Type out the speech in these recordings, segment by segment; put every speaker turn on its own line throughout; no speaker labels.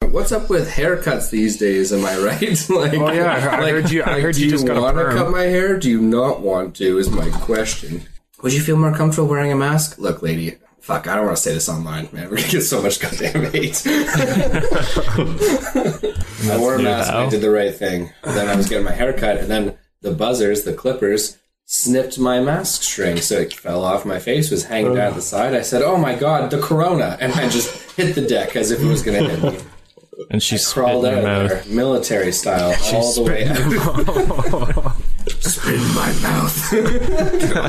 what's up with haircuts these days? Am I right? like,
Oh, yeah, I heard you- I heard
do
you just got a
want to
perm.
cut my hair? Do you not want to? Is my question. Would you feel more comfortable wearing a mask? Look, lady. Fuck, I don't want to say this online, man. We're gonna get so much goddamn hate. I wore a
new,
mask. and I
though.
did the right thing. And then I was getting my hair cut, and then the buzzers, the clippers, snipped my mask string, so it fell off my face, was hanging down at the side. I said, "Oh my god, the corona!" And I just hit the deck as if it was gonna hit me.
And she spit in
Crawled out
your
of
mouth.
there, military style, all the way out. spit in my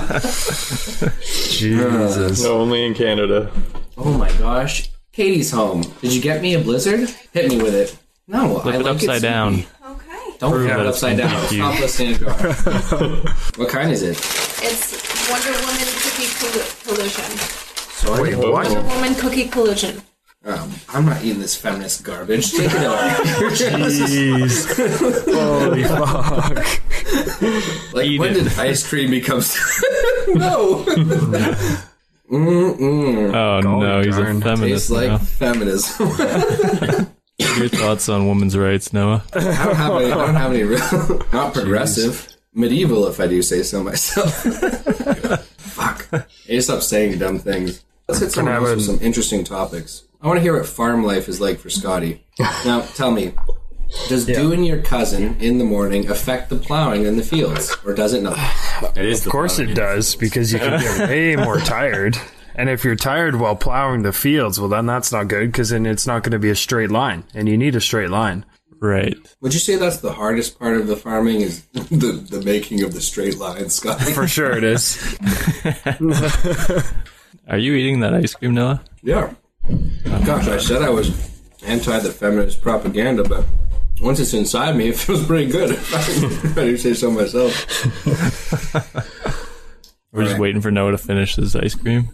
mouth.
Jesus.
Only in Canada.
Oh my gosh. Katie's home. Did you get me a blizzard? Hit me with it. No, I
Flip it
like
upside
it
down.
sweet.
Okay.
Don't flip it
that
upside
it's
down.
you.
Stop listening to her. what kind is it?
It's Wonder Woman Cookie collu- Collusion.
Sorry.
Wonder
What?
Woman Cookie Collusion.
Um, I'm not eating this feminist garbage. Take it away.
Jeez. Holy fuck.
like
Eat
when
it.
did ice cream become? no. Mm-mm.
Oh no, he's
darn.
a
Tastes
feminist
like
now.
feminism.
Your thoughts on women's rights, Noah?
I don't have any. I don't have any. Real, not progressive. Medieval, if I do say so myself. Fuck. I just stop saying dumb things. Let's hit some,
Can I have
else with
a-
some interesting topics. I want to hear what farm life is like for Scotty. now, tell me, does doing your cousin in the morning affect the plowing in the fields, or does it not?
It is
Of course it does, because you can get way more tired. And if you're tired while plowing the fields, well, then that's not good because then it's not going to be a straight line. And you need a straight line.
Right.
Would you say that's the hardest part of the farming is the the making of the straight line, Scotty?
For sure it is.
Are you eating that ice cream, Noah?
Yeah. Oh, Gosh, I said I was anti the feminist propaganda, but once it's inside me, it feels pretty good. if I do say so myself.
We're just
Right.
waiting for Noah to finish his ice cream.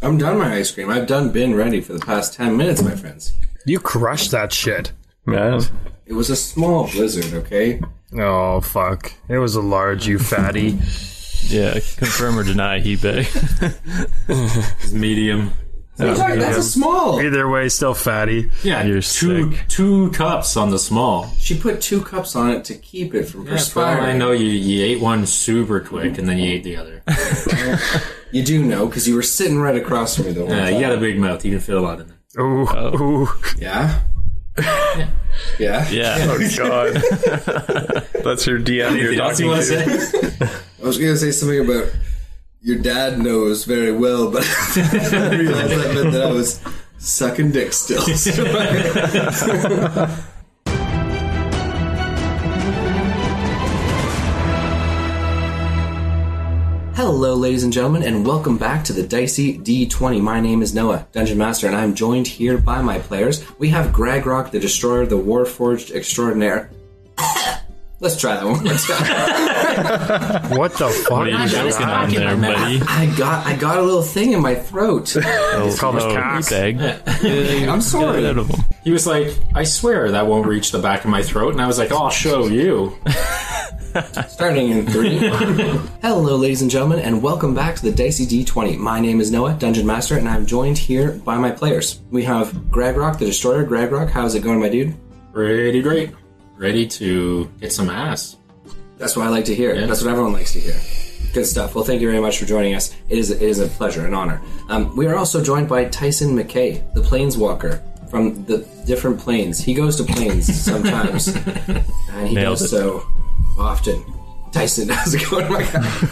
I'm done my ice cream. I've done been ready for the past 10 minutes, my friends.
You crushed that shit.
Man.
It was a small blizzard, okay?
Oh, fuck. It was a large, you fatty.
Yeah, confirm or deny, he big.
It's medium.
That's a small.
Either way, still fatty.
Yeah,
You're
two
sick.
two cups on the small.
She put two cups on it to keep it from
That's why I
perspiring.
know you, you ate one super quick and then you ate the other. Uh,
You do know, because you were sitting right across from me the whole
Yeah,
time.
you got a big mouth. You can fit a lot in there.
Ooh, ooh.
Yeah? yeah?
Yeah.
Oh god. That's your DM. You're
Anything else you
talking
want to
to.
say?
I was going to say something about your dad knows very well, but I realized that meant that I was sucking dick still. So I- Hello, ladies and gentlemen, and welcome back to the Dicey D20. My name is Noah, Dungeon Master, and I'm joined here by my players. We have Gragrock, the Destroyer, the Warforged Extraordinaire. Let's try that one more time.
What the fuck?
What are you joking on there, buddy?
I got I got a little thing in my throat.
It's
called a cock.
I'm sorry.
He was like, I swear that won't reach the back of my throat. And I was like, I'll show you.
Starting in three. Hello, ladies and gentlemen, and welcome back to the Dicey D20. My name is Noah, Dungeon Master, and I'm joined here by my players. We have Gragrock the Destroyer. Gragrock, how's it going, my dude?
Pretty great. Ready to get some ass.
That's what I like to hear. That's what everyone likes to hear. Good stuff. Well, thank you very much for joining us. It is it is a pleasure, an honor. Um, we are also joined by Tyson McKay, the Planeswalker from the different planes. He goes to planes sometimes, and he
Nailed
does
it.
so often. Tyson, how's it going, my guy?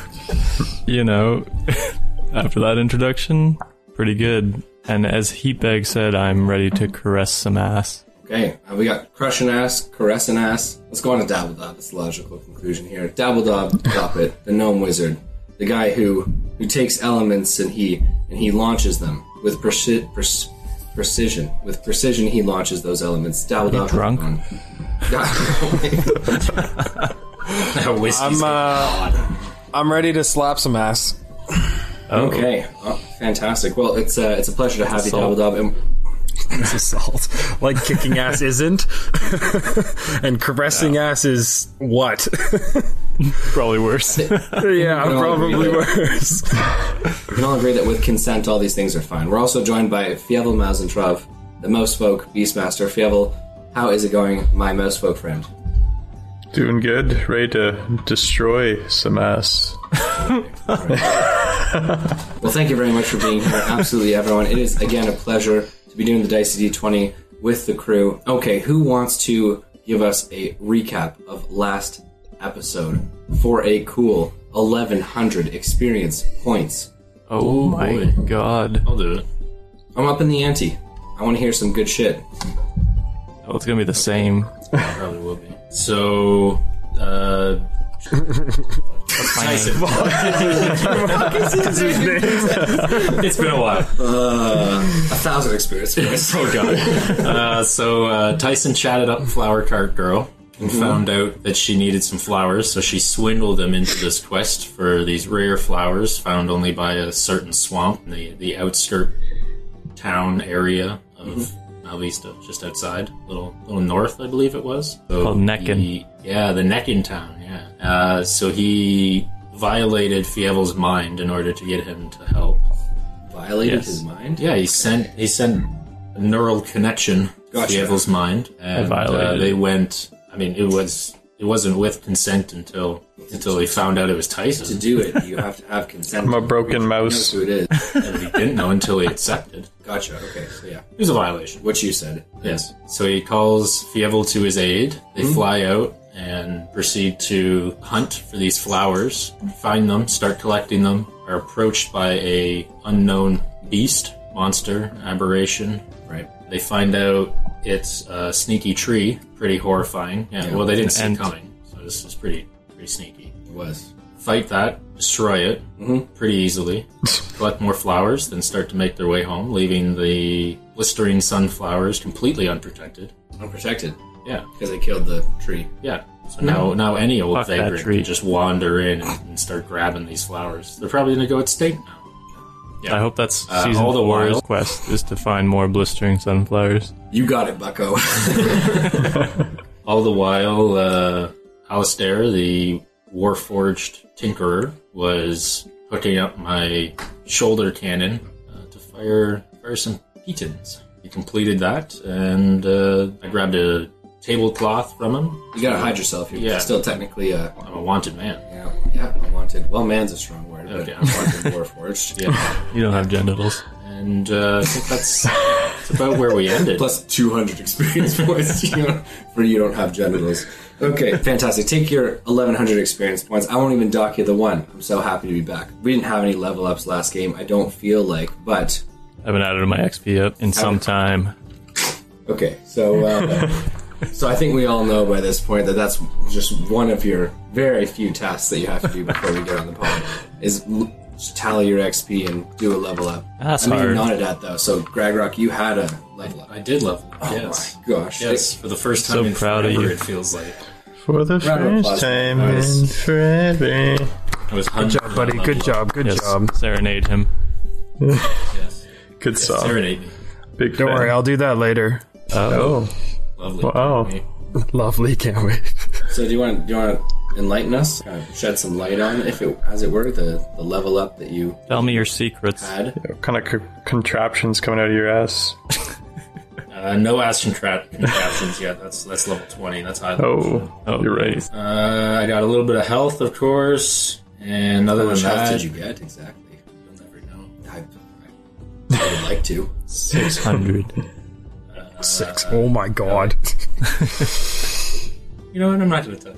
You know, after that introduction, pretty good. And as Heatbag said, I'm ready to caress some ass.
Okay, uh, we got crushing ass, caressing ass. Let's go on to Dabbledob. That's the logical conclusion here. Dabbledob, drop it. The gnome wizard, the guy who who takes elements and he and he launches them with preci- pres- precision. With precision, he launches those elements. Dabbledob,
drunk?
drunk.
A whiskey
I'm
stick.
uh, I'm ready to slap some ass.
okay, oh, fantastic. Well, it's uh, it's a pleasure to have you,
assault.
Dabbledob. And
It's assault. Like kicking ass isn't, and caressing ass is what?
Probably worse.
yeah,
all
probably
agree
worse.
We can all agree that with consent, all these things are fine. We're also joined by Fievel Mazentrov, the most folk Beastmaster. Fievel, How is it going, my most folk friend?
Doing good. Ready to destroy some ass.
Well, thank you very much for being here, absolutely everyone. It is again a pleasure to be doing the Dicey D20 with the crew. Okay, who wants to give us a recap of last episode for a cool 1100 experience points?
Oh, my
uh,
god.
I'll do it.
I'm up in the ante. I want to hear some good shit.
Oh, it's gonna be the same.
Probably will be. So, uh, Tyson. it's been a while.
A thousand experience points.
Oh god. Uh, so uh, Tyson chatted up Flower Cart Girl and found out that she needed some flowers, so she swindled them into this quest for these rare flowers found only by a certain swamp in the, the outskirt town area of Malvista, just outside, little little north, I believe it was. So
Called Neckin.
he- yeah, the Neckin town. Yeah. Uh, so he violated Fievel's mind in order to get him to help.
Violated
Yes.
his mind?
Yeah, he sent he sent a neural connection
Gotcha.
to Evil's mind, and uh,
violated.
they went. I mean, it was it wasn't with consent until until he found out it was
To
Tyson.
do it, you have to have consent.
I'm a
That's
broken mouse.
who it is.
and he didn't know until he accepted.
Gotcha. Okay, so yeah.
It was a violation.
What you said.
Yes. So he calls Fievel to his aid. They
Hmm?
fly out and proceed to hunt for these flowers, find them, start collecting them. Are approached by a unknown beast, monster, aberration,
Right.
They find out it's a sneaky tree. Pretty horrifying. Yeah, well, they didn't see it
And-
coming, so this is pretty pretty sneaky.
It was.
Fight that, destroy it pretty easily. Collect more flowers, then start to make their way home, leaving the blistering sunflowers completely unprotected.
Unprotected.
Yeah,
Because they killed the tree.
yeah. So now, now any old
Mm-hmm. Fuck that
vagrant
tree.
can just wander in and, and start grabbing these flowers. They're probably going to go extinct now.
I hope that's
Uh,
season
all the
four's
while-
quest is to find more blistering sunflowers.
You got it, bucko.
All the while, uh, Alistair, the Warforged Tinkerer, was hooking up my shoulder cannon uh, to fire, fire some pitons. He completed that, and uh, I grabbed a tablecloth from him.
You gotta hide yourself. You're
Yeah.
still technically a
I'm a wanted man.
yeah, yeah, unwanted. Well, man's a strong word. But
Okay.
unwanted warforged.
Yeah.
You don't have genitals.
and uh, I think that's, that's about where we ended.
Plus 200 experience points you know, for you don't have genitals. Okay, fantastic. Take your 1100 experience points. I won't even dock you the one. I'm so happy to be back. We didn't have any level ups last game. I don't feel like, but
I haven't added my XP up in some time.
Okay, so uh, so I think we all know by this point that that's just one of your very few tasks that you have to do before we get on the pod is l- just tally your XP and do a level up.
That's
I know you
hard.
nodded at though. So Gragrock, you had a level up.
I did love it.
Oh
yes.
my gosh!
Yes, for the first time
So
in
proud of
forever,
you.
it feels like.
For the
Round of applause.
first time
Nice.
in forever.
I was Good
job, buddy. Good job. Good
Yes,
job.
serenade him.
Yes.
Good song.
Serenade me.
Big
Don't
fan.
worry, I'll do that later.
Oh,
Lovely.
wow.
Lovely, can't wait.
So do you want do you want to enlighten us? Kind of shed some light on, if it as it were, the the level up that you
Tell me your secrets.
had.
What kind of c- contraptions coming out of your ass?
Uh, no Aston trap contraptions yet. That's that's level twenty. That's high. Level.
Oh,
Oh,
you're right.
Uh, I got a little bit of health, of course, and other
How much
than
health
that,
did you get exactly?
You'll never know.
I, I would like to.
600.
Six. Oh my god.
You know what? I'm not going to tell.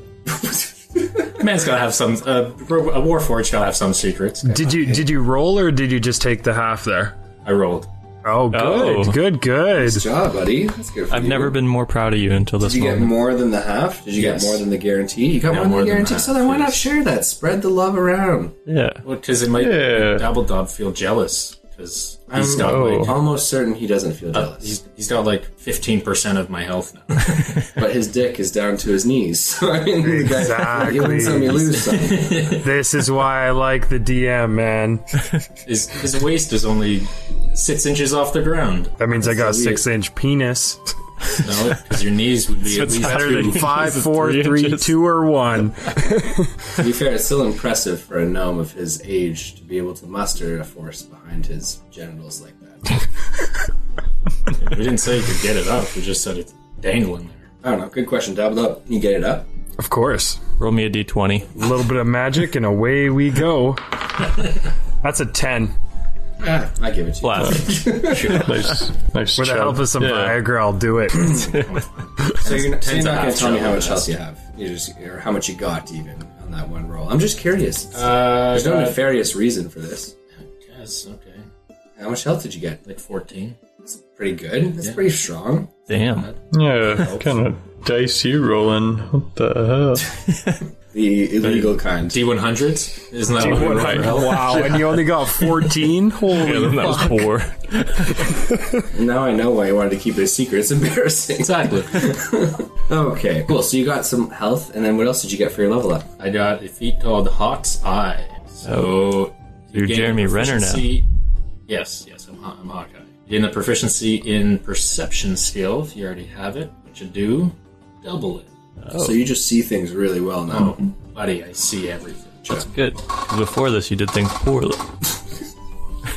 you. Man's got to have some. Uh, ro- a warforged got to have some secrets.
Did you did you roll or did you just take the half there?
I rolled.
Oh, good,
Oh.
good, good.
Good job, buddy. That's good. For
I've
you.
never been more proud of you until this
Did you get
moment.
more than the half? Did you
Yes.
get more than the guarantee? You got
Yeah,
more
more
than the
than
guarantee.
half,
so then why not
yes.
share that? Spread the love around.
Yeah.
Well, because it might
Yeah.
Double Dob feel jealous because he's
I'm
got like
almost certain he doesn't feel
oh.
uh,
jealous,
he's, he's got like 15 percent of my health now.
but his dick is down to his knees. So I mean, the guy-
Exactly.
you win some, you lose some.
This is why I like the DM, man.
his his waist is only six inches off the ground.
That means I got a
That's weird.
six inch penis.
No, because your knees would be at
it's
least
higher
two.
than-
Five,
This is
four,
three
three,
inches.
two, or one.
to be fair, it's still impressive for a gnome of his age to be able to muster a force behind his genitals like that.
We didn't say you could get it up. We just said it dangling there?
I don't know. Good question. Dabbled up. Can you get it up?
Of course.
Roll me a d20.
A little bit of magic and away we go. That's a 10.
Ah, I give it to you.
Blast.
Nice, nice.
With the
chub.
help of some Viagra, I'll do it.
So you're, not- so you're
Tens
not
of
going to tell me
half
how much
shell
health you have, you just, or how much you got even on that one roll. I'm just curious. It's-
Uh,
There's no
God.
nefarious reason for this.
Yes, okay.
How much health did you get?
Like 14.
Pretty good. That's pretty strong.
Damn.
Yeah, kind of dice you rolling. What the hell?
The illegal kind.
D100s? Isn't that what we roll for health?
wow, and you only got 14? Holy.
That was poor.
Now I know why you wanted to keep it a secret. It's embarrassing.
Exactly.
Okay, cool. So you got some health, and then what else did you get for your level up?
I got a feat called Hawk's Eye. So
Oh, You're
gain
Jeremy Renner now.
proficiency- Yes, yes, I'm, Haw- I'm Hawkeye. You gain a proficiency in perception skill if you already have it, which you do. Double it.
So you just see things really well now.
Buddy, I see everything.
That's good. 'Cause Before this, you did things poorly.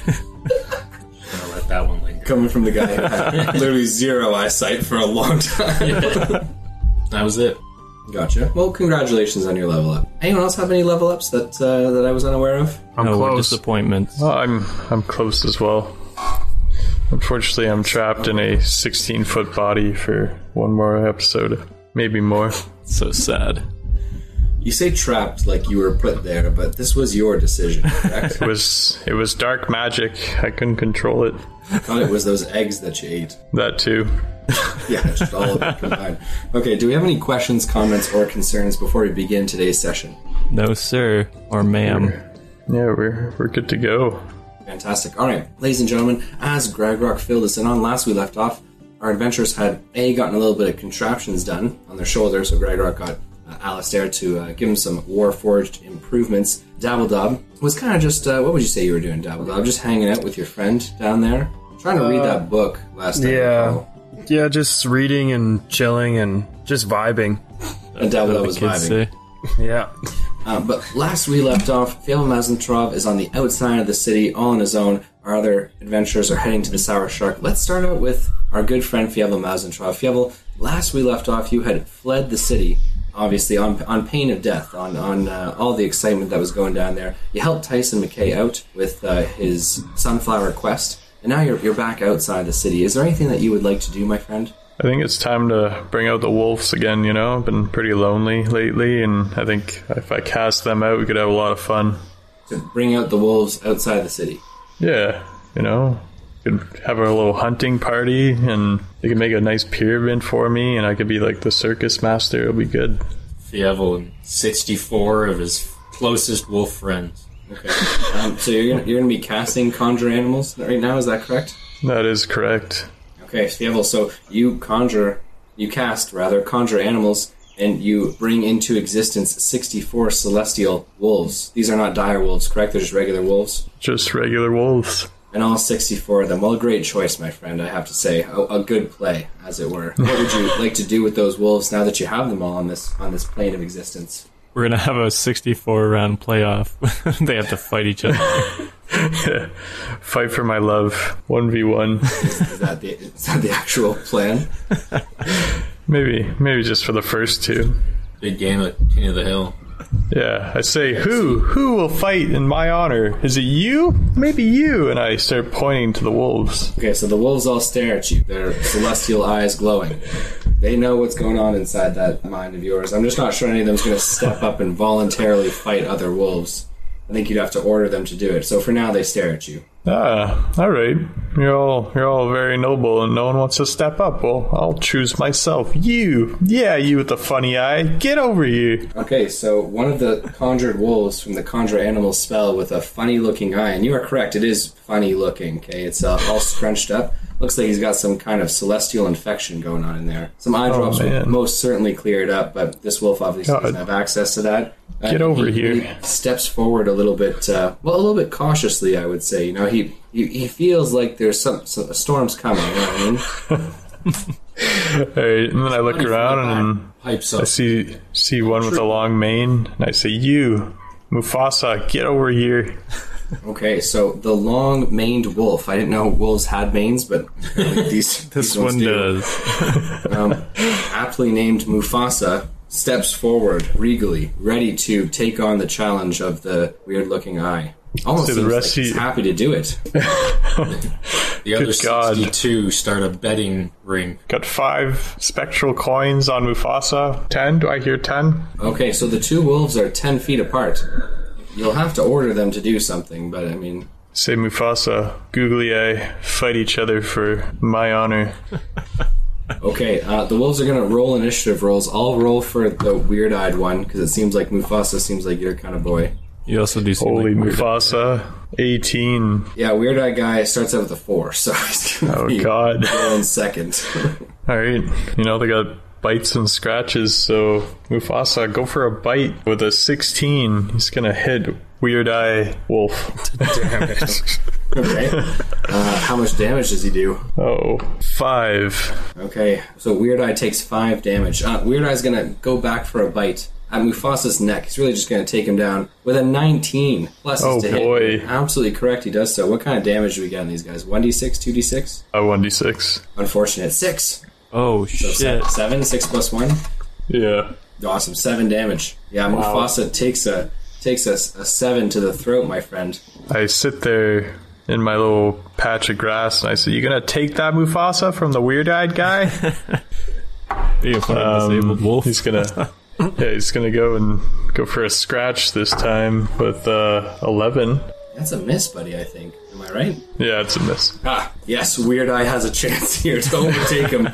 I'm gonna let that one linger.
Coming from the guy who had literally zero eyesight for a long time.
That was it.
Gotcha. Well, congratulations on your level up. Anyone else have any level ups that uh, that I was unaware of?
I'm
no, we're
close.
Oh, disappointments.
Well, Oh, I'm I'm close as well. Unfortunately, I'm trapped in a 16 foot body for one more episode, maybe more.
So sad.
You say trapped like you were put there, but this was your decision, correct?
It was it was dark magic. I couldn't control it.
I thought it was those eggs that you ate.
That too.
Yeah, it's just all of it combined. Okay, do we have any questions, comments, or concerns before we begin today's session?
No, sir or ma'am.
Yeah, we're we're good to go.
Fantastic. All right, ladies and gentlemen, as Gragrock filled us in on last we left off, our adventurers had A, gotten a little bit of contraptions done on their shoulder, so Gragrock got uh, Alistair to uh, give him some Warforged improvements. Dabbledob was kind of just, uh, what would you say you were doing, Dabbledob? Just hanging out with your friend down there? Trying to read that book last night.
Yeah. Yeah, just reading and chilling and just vibing.
And Dabbledob
The
Oh, was
kids
vibing.
say.
Yeah.
Uh, but last we left off, Fail Mazentrov is on the outside of the city, all on his own. Our other adventurers are heading to the Sour Shark. Let's start out with our good friend Fievel Mazentrov. Fievel, last we left off, you had fled the city, obviously on on pain of death, on on uh, all the excitement that was going down there. You helped Tyson McKay out with uh, his sunflower quest, and now you're you're back outside the city. Is there anything that you would like to do, my friend?
I think it's time to bring out the wolves again. You know, I've been pretty lonely lately, and I think if I cast them out, we could have a lot of fun.
To bring out the wolves outside the city.
Yeah, you know, could have a little hunting party, and they could make a nice pyramid for me, and I could be like the circus master. It'll be good.
Fievel and 64 of his closest wolf friends.
Okay. Um, so you're gonna, you're gonna be casting conjure animals right now. Is that correct?
That is correct.
Okay, Fievel. So you conjure, you cast rather conjure animals, and you bring into existence 64 celestial wolves. These are not dire wolves, correct? They're just regular wolves.
Just regular wolves.
And all 64 of them. Well, great choice, my friend. I have to say, a, a good play, as it were. What would you like to do with those wolves now that you have them all on this on this plane of existence?
We're gonna have a 64 round playoff. they have to fight each other.
Fight for my love. 1v1.
Is that the is that the actual plan?
maybe, maybe just for the first two.
Big game at King of the Hill.
Yeah, I say, who? Who will fight in my honor? Is it you? Maybe you. And I start pointing to the wolves.
Okay, so the wolves all stare at you, their celestial eyes glowing. They know what's going on inside that mind of yours. I'm just not sure any of them's going to step up and voluntarily fight other wolves. I think you'd have to order them to do it. So for now, they stare at you.
Ah, all right. You're all you're all very noble, and no one wants to step up. Well, I'll choose myself. You, yeah, you with the funny eye. Get over here.
Okay, so one of the conjured wolves from the conjure animal spell with a funny looking eye, and you are correct, it is funny looking, okay? It's uh, all scrunched up. Looks like he's got some kind of celestial infection going on in there. Some eye drops will
Oh, man.
most certainly clear it up, but this wolf obviously
God.
doesn't have access to that. Uh,
Get over
he-
here.
he steps forward a little bit, uh, well, a little bit cautiously, I would say. You know, he he, he feels like there's some, some a storm's coming, you know what I mean?
All right, and then I look around and
Pipes
I
up.
see see one with a long mane, and I say, "You, Mufasa, get over here."
Okay, so the long maned wolf. I didn't know wolves had manes, but apparently these
This
these ones
one
do.
does.
um, aptly named Mufasa, steps forward regally, ready to take on the challenge of the weird-looking eye. Almost
So the
seems like
rest of
he's
you-
happy to do it.
The other
Good God.
62 start a betting ring.
Got five spectral coins on Mufasa. Ten? Do I hear ten?
Okay, so the two wolves are ten feet apart. You'll have to order them to do something, but I mean,
Say Mufasa, Googly Eye, fight each other for my honor.
okay. Uh, the wolves are gonna roll initiative rolls. I'll roll for the weird-eyed one because it seems like Mufasa seems like your kind of boy.
You also do seem
Holy
like weird.
Mufasa. 18.
Yeah, weird-eyed guy starts out with a four, so he's gonna
Oh,
be
God.
rolling second.
Alright. You know, they got bites and scratches, so Mufasa, go for a bite with a 16. He's gonna hit Weird Eye Wolf.
okay. Uh, how much damage does he do?
Oh, five.
Okay, so Weird Eye takes five damage. Uh, Weird Eye's gonna go back for a bite at Mufasa's neck. He's really just gonna take him down with a 19 plus
Oh,
is to hit.
boy.
Absolutely correct, he does so. What kind of damage do we get on these guys? 1d6, 2d6?
A 1d6.
Unfortunate. 6!
Oh
So
shit!
7, 6 plus 1.
Yeah.
Awesome, 7 damage. Yeah, Mufasa takes a takes a, a 7 to the throat, my friend.
I sit there in my little patch of grass and I say, You gonna take that Mufasa from the weird eyed guy?
Be a fucking disabled wolf.
He's gonna Yeah, he's gonna go and go for a scratch this time with uh eleven.
That's a miss, buddy, I think. Am I right?
Yeah, it's a miss.
Ah, yes, Weird Eye has a chance here to overtake him.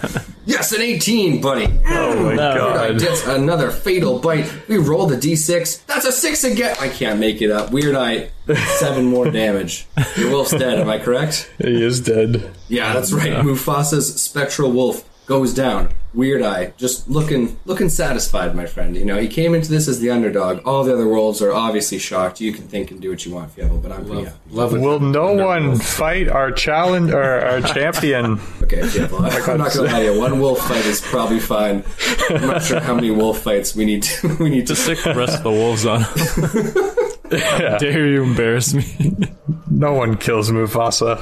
yes, an 18, buddy.
Oh my
Weird Eye
god.
gets another fatal bite. We roll the d6. That's a six again. I can't make it up. Weird Eye, seven more damage. Your wolf's dead. Am I correct?
He is dead.
Yeah, that's right. Mufasa's spectral wolf goes down. Weird Eye, just looking, looking satisfied, my friend. You know, he came into this as the underdog. All the other wolves are obviously shocked. You can think and do what you want, Fievel, but I'm pretty happy.
Love it.
Will no one fight our challenge or our champion?
Okay, yeah, well, I'm not gonna lie to you. One wolf fight is probably fine. I'm not sure how many wolf fights we need. To, we need to.
Just stick the rest of the wolves on. Him. How dare you embarrass me?
No one kills Mufasa.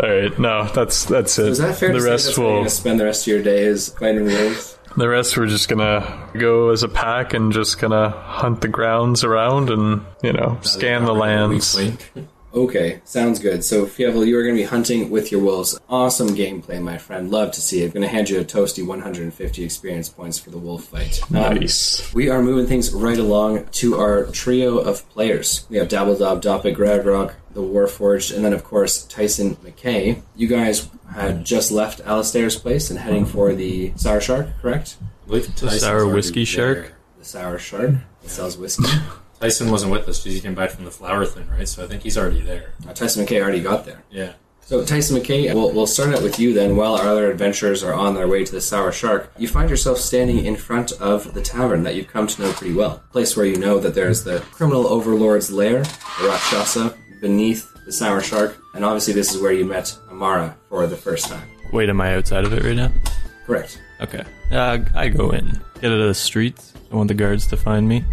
Alright, no, that's that's it.
Is that fair
the
to say
rest
that's where you're
will
gonna spend the rest of your days fighting wolves?
the rest we're just gonna go as a pack and just gonna hunt the grounds around and you know, scan the lands.
Okay, sounds good. So Fievel, you are gonna be hunting with your wolves. Awesome gameplay, my friend. Love to see it. I'm gonna hand you a toasty 150 experience points for the wolf fight. Um,
Nice.
We are moving things right along to our trio of players. We have Dabbledob, Doppet, Gradrock, the Warforged, and then, of course, Tyson McKay. You guys had just left Alistair's place and heading for the Sour Shark, correct?
The
sour whiskey shark?
The Sour Shark that sells whiskey.
Tyson wasn't with us because he came back from the flower thing, right? So I think he's already there.
Now, Uh, Tyson McKay already got there.
Yeah.
So, Tyson McKay, we'll, we'll start out with you then while our other adventurers are on their way to the Sour Shark. You find yourself standing in front of the tavern that you've come to know pretty well. A place where you know that there's the criminal overlord's lair, the Rakshasa, beneath the Sour Shark, and obviously this is where you met Amara for the first time.
Wait, am I outside of it right now?
Correct.
Okay. Uh, I go in. Get out of the streets. I want the guards to find me.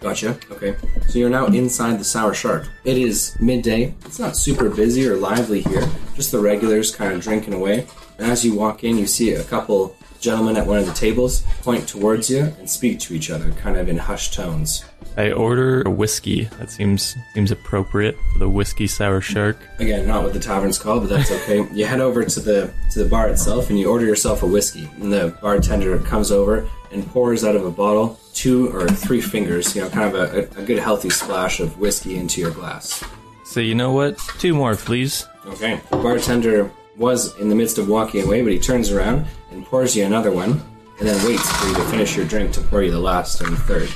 Gotcha. Okay. So you're now inside the Sour Shark. It is midday. It's not super busy or lively here. Just the regulars kind of drinking away. And as you walk in, you see a couple gentlemen at one of the tables point towards you and speak to each other, kind of in hushed tones.
I order a whiskey. That seems seems appropriate for the whiskey sour shark.
Again, not what the tavern's called, but that's okay. you head over to the to the bar itself and you order yourself a whiskey. And the bartender comes over and pours out of a bottle two or three fingers, you know, kind of a, a a good healthy splash of whiskey into your glass.
So you know what? Two more, please.
Okay. The bartender was in the midst of walking away, but he turns around and pours you another one, and then waits for you to finish your drink to pour you the last and third.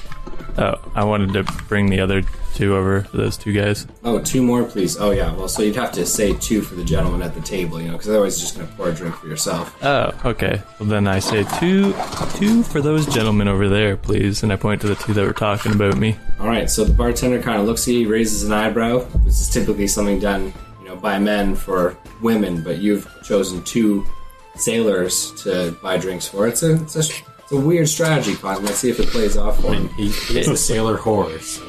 Oh, I wanted to bring the other two over for those two guys.
Oh, two more, please. Oh, yeah. Well, so you'd have to say two for the gentleman at the table, you know, because otherwise you're just going to pour a drink for yourself.
Oh, okay. Well, then I say two, two for those gentlemen over there, please. And I point to the two that were talking about me.
All right. So the bartender kind of looks at you, raises an eyebrow. This is typically something done, you know, by men for women, but you've chosen two sailors to buy drinks for. It's a, it's a, it's a weird strategy, Cosmo. Let's see if it plays off for him.
He, he's a sailor whore, so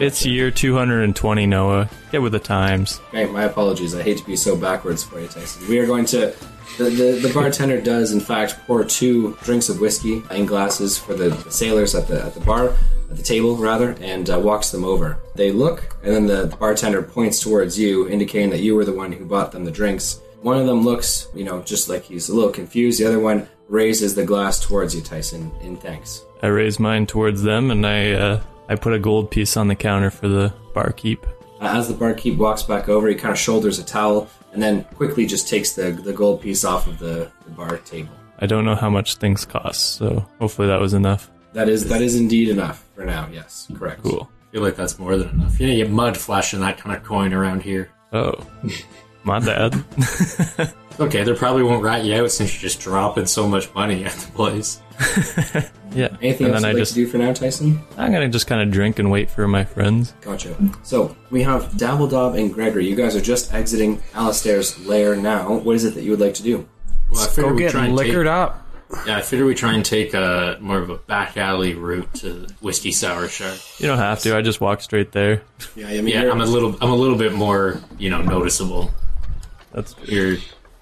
It's year 220, Noah. Get with the times.
Hey, my apologies. I hate to be so backwards for you, Tyson. We are going to. The, the, the bartender does, in fact, pour two drinks of whiskey in glasses for the sailors at the at the bar, at the table rather, and uh, walks them over. They look, and then the bartender points towards you, indicating that you were the one who bought them the drinks. One of them looks, you know, just like he's a little confused. The other one raises the glass towards you, Tyson, in thanks.
I raise mine towards them and I uh, I put a gold piece on the counter for the barkeep.
Uh, As the barkeep walks back over, he kind of shoulders a towel and then quickly just takes the, the gold piece off of the, the bar table.
I don't know how much things cost, so hopefully that was enough.
That is that is indeed enough for now. Yes, correct.
Cool.
I feel like that's more than enough. You know, you mud flashing that kind of coin around here.
Oh, my bad.
Okay, they probably won't rat you out since you're just dropping so much money at the place.
yeah.
Anything
and
else
then
you'd
I
like
just
to do for now, Tyson?
I'm gonna just kind of drink and wait for my friends.
Gotcha. So we have Dabbledob and Gregory. You guys are just exiting Alistair's lair now. What is it that you would like to do?
Well, I figured
Go
we
get
try and
liquored
take,
up.
Yeah, I figured we try and take a more of a back alley route to whiskey sour shark.
You don't have to. I just walk straight there.
Yeah, I mean,
Yeah,
you're-
I'm a little, I'm a little bit more, you know, noticeable.
That's good.
You're,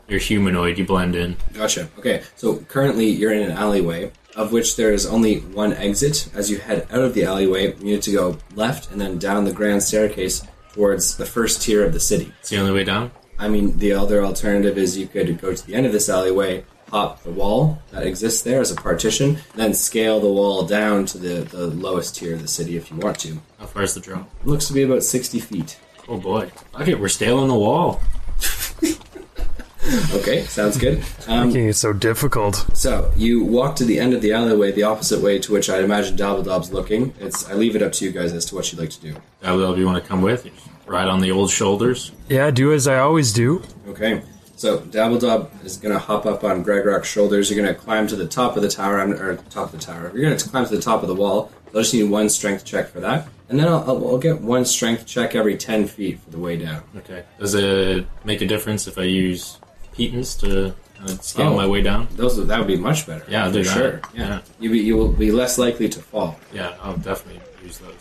you're humanoid. You blend in.
Gotcha. Okay, so currently you're in an alleyway, of which there is only one exit. As you head out of the alleyway, you need to go left and then down the grand staircase towards the first tier of the city.
It's the only way down.
I mean, the other alternative is you could go to the end of this alleyway, hop the wall that exists there as a partition, then scale the wall down to the, the lowest tier of the city if you want to.
How far is the drop?
looks to be about 60 feet.
Oh boy! Okay, we're stale on the wall.
Okay, sounds good. Um,
Making it so difficult.
So you walk to the end of the alleyway, the opposite way to which I'd imagine Dabbledob's looking. It's I leave it up to you guys as to what you'd like to do.
Dabbledob, you want to come with? You just Ride on the old shoulders.
Yeah, do as I always do.
Okay. So Dabbledob is gonna hop up on Gregorok's shoulders. You're gonna climb to the top of the tower, I'm- or top of the tower. You're gonna climb to the top of the wall. I'll just need one strength check for that, and then I'll, I'll, I'll get one strength check every ten feet for the way down.
Okay. Does it make a difference if I use Petons to uh, scale
Oh.
my way down?
Those would- that would be much better.
Yeah, I'll
for
do that.
sure. Yeah,
Yeah.
you be, you will be less likely to fall.
Yeah, I'll definitely use those.